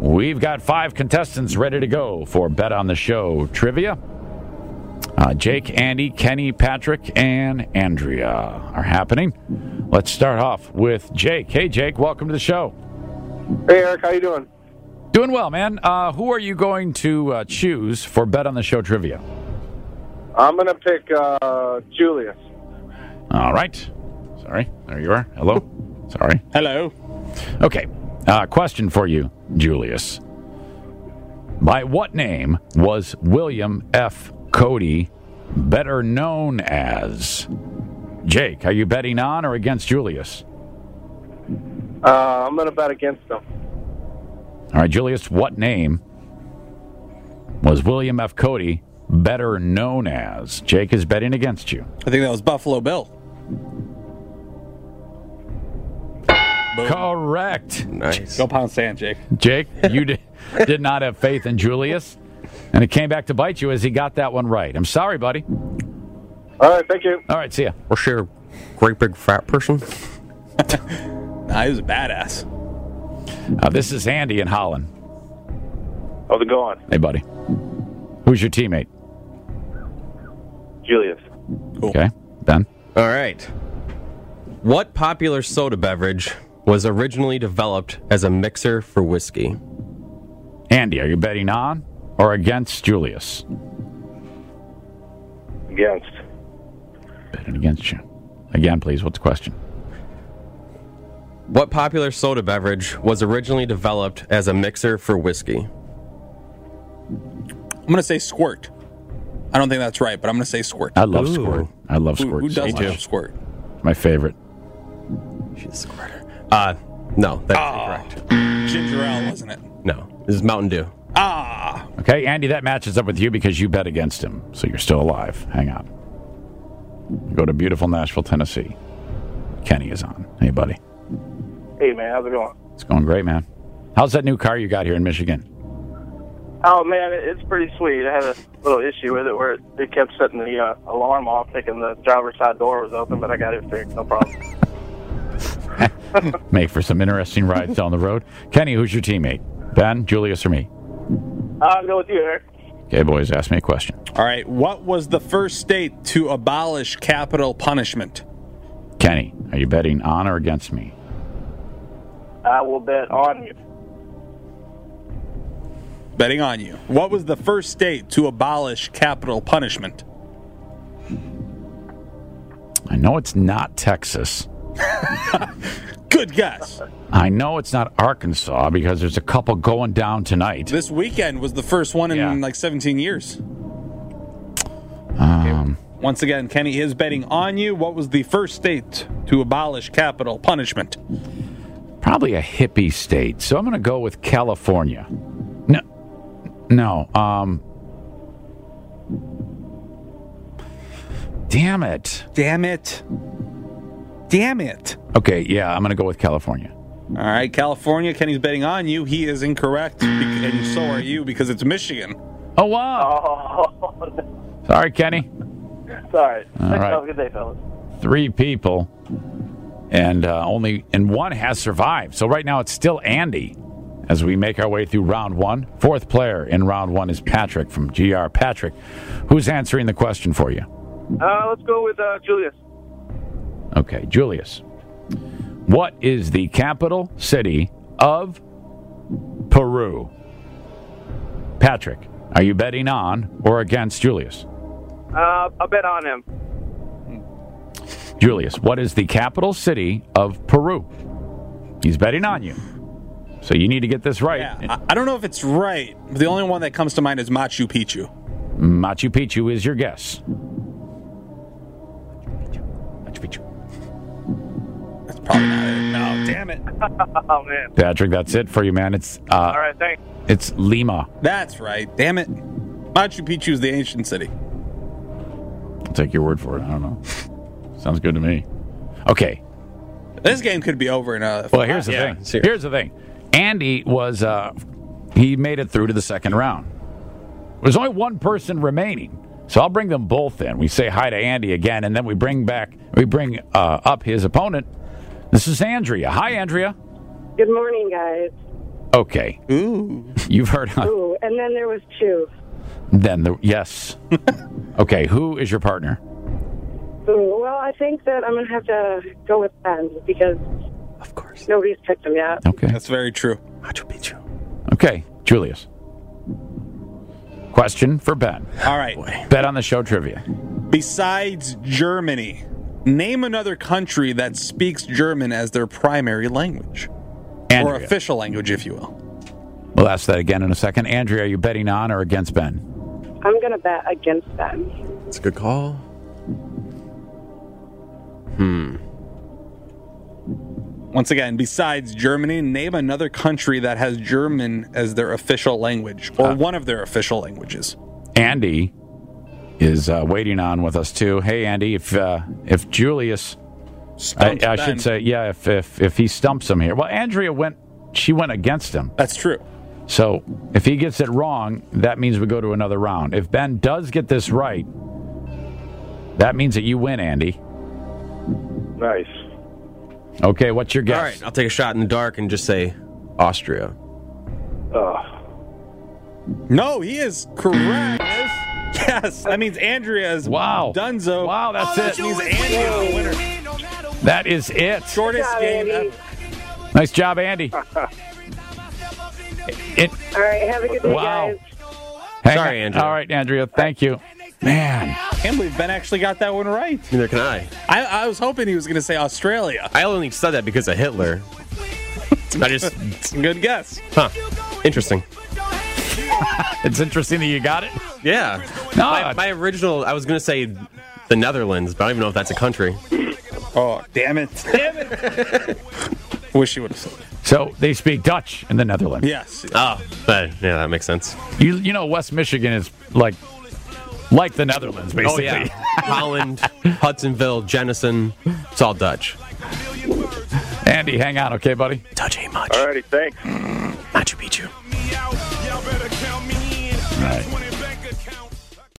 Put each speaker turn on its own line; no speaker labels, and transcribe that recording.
We've got five contestants ready to go for Bet on the Show trivia. Uh, Jake, Andy, Kenny, Patrick, and Andrea are happening. Let's start off with Jake. Hey, Jake, welcome to the show.
Hey Eric, how you doing?
Doing well, man. Uh, who are you going to uh, choose for Bet on the Show trivia?
I'm gonna pick uh, Julius.
All right. Sorry. There you are. Hello. Sorry.
Hello.
Okay. Uh, question for you, Julius. By what name was William F. Cody better known as? Jake, are you betting on or against Julius?
Uh, I'm gonna bet against him.
All right, Julius, what name was William F. Cody better known as? Jake is betting against you.
I think that was Buffalo Bill. Boom.
Correct.
Nice.
Go pound sand, Jake.
Jake, you did, did not have faith in Julius, and it came back to bite you as he got that one right. I'm sorry, buddy.
All right, thank you.
All right, see ya.
Was she a great big fat person?
Nah, he was a badass.
Uh, this is Andy in Holland.
How's it going,
Hey, buddy. Who's your teammate?
Julius?
Okay, Ben.
All right. What popular soda beverage was originally developed as a mixer for whiskey?
Andy, are you betting on or against Julius?
Against.
Betting against you. Again, please. What's the question?
What popular soda beverage was originally developed as a mixer for whiskey?
I'm gonna say squirt. I don't think that's right, but I'm gonna say squirt.
I love
Ooh.
Squirt. I love
Who,
Squirt.
who
so
doesn't
much.
love squirt?
My favorite.
She's a squirter. Uh, no, that's incorrect.
Ginger ale, wasn't it?
No, this is Mountain Dew.
Ah,
Okay, Andy, that matches up with you because you bet against him, so you're still alive. Hang on. Go to beautiful Nashville, Tennessee. Kenny is on. Hey, buddy.
Hey man, how's it going?
It's going great, man. How's that new car you got here in Michigan?
Oh man, it- it's pretty sweet. I had a little issue with it where it- it kept setting the uh, alarm off, thinking the driver's side door was open, but I got it fixed, no problem.
Make for some interesting rides down the road. Kenny, who's your teammate? Ben, Julius, or me?
I'll go with you, Eric.
Okay, boys, ask me a question.
all right. What was the first state to abolish capital punishment?
Kenny, are you betting on or against me?
I will bet on you.
Betting on you. What was the first state to abolish capital punishment?
I know it's not Texas.
Good guess.
I know it's not Arkansas because there's a couple going down tonight.
This weekend was the first one in
Yeah.
like 17 years.
Um,
Once again, Kenny is betting on you. What was the first state to abolish capital punishment?
probably a hippie state. So I'm going to go with California. No, no. Um, damn it.
Damn it. Damn it.
Okay, yeah, I'm going to go with California.
All right, California. Kenny's betting on you. He is incorrect, bec- and so are you because it's Michigan.
Oh wow!
Oh,
Sorry, Kenny.
sorry.
All right.
Have a good day, fellas.
Three people, and uh, only and one has survived. So right now it's still Andy. As we make our way through round one, fourth player in round one is Patrick from GR. Patrick, who's answering the question for you?
Uh, let's go with uh, Julius.
Okay, Julius. What is the capital city of Peru? Patrick, are you betting on or against Julius?
Uh, I'll bet on him.
Julius, what is the capital city of Peru? He's betting on you. So you need to get this right.
Yeah, I, I don't know if it's right, but the only one that comes to mind is Machu Picchu.
Machu Picchu is your guess. Machu Picchu.
That's probably not it. No, damn it.
Oh man.
Patrick, that's it for you, man. It's uh,
All right, thanks.
it's Lima.
That's right. Damn it. Machu Picchu is the ancient city.
I'll take your word for it. I don't know. Sounds good to me. Okay,
This game could be over in a.
Well, here's the
Yeah,
thing.
serious.
Here's the thing. Andy was uh, he made it through to the second round. There's only one person remaining, so I'll bring them both in. We say hi to Andy again, and then we bring back we bring uh, up his opponent. This is Andrea. Hi, Andrea.
Good morning, guys.
Okay.
Ooh.
You've heard of
Ooh, and then there was two.
then the yes. okay, who is your partner?
Ooh, well, I think that I'm gonna have to go with Ben because
Of course.
nobody's picked him yet.
Okay.
That's very true.
Machu Picchu.
Okay, Julius. Question for Ben.
All right.
Bet on the show trivia.
Besides Germany, name another country that speaks German as their primary language or
Andrea.
official language, if you will.
We'll ask that again in a second. Andrea, are you betting on or against Ben?
I'm gonna bet against Ben.
That's a good call.
Once again, besides Germany, name another country that has German as their official language or one of their official languages.
Andy is uh, waiting on with us too. Hey, Andy, if uh, if Julius, I,
Stumped
I
Ben.
should say, yeah, if, if if he stumps him here, well, Andrea went, she went against him.
That's true.
So if he gets it wrong, that means we go to another round. If Ben does get this right, that means that you win, Andy.
Nice.
Okay, what's your guess?
All right, I'll take a shot in the dark and just say Austria.
Uh,
No, he is correct. yes, that means Andrea is
Wow.
Dunzo.
Wow, that's it.
That means Andrea the winner.
That is it.
Shortest
job,
game
Andy.
ever.
Nice job, Andy. It-
All right, have a good day,
Wow.
guys.
hang
Sorry,
on.
Andrea.
All right, Andrea. Thank you. Man,
Can't believe Ben actually got that one right.
Neither can I.
I, I was hoping he was going to say Australia.
I only said that because of Hitler. I just,
It's a good guess.
huh? Interesting.
it's interesting that you got it.
Yeah.
No,
My, my original, I was gonna say the Netherlands, but I don't even know if that's a country.
Oh, damn it. Damn it. Wish he would have said it.
so they speak Dutch in the Netherlands.
Yes.
Oh, but yeah, that makes sense.
You, you know, West Michigan is like like the Netherlands,
Oh
basically.
yeah, Holland, Hudsonville, Jenison. It's all Dutch.
Andy, hang on, okay, buddy?
Dutch ain't much.
alrighty, thanks.
Machu Picchu.
All right.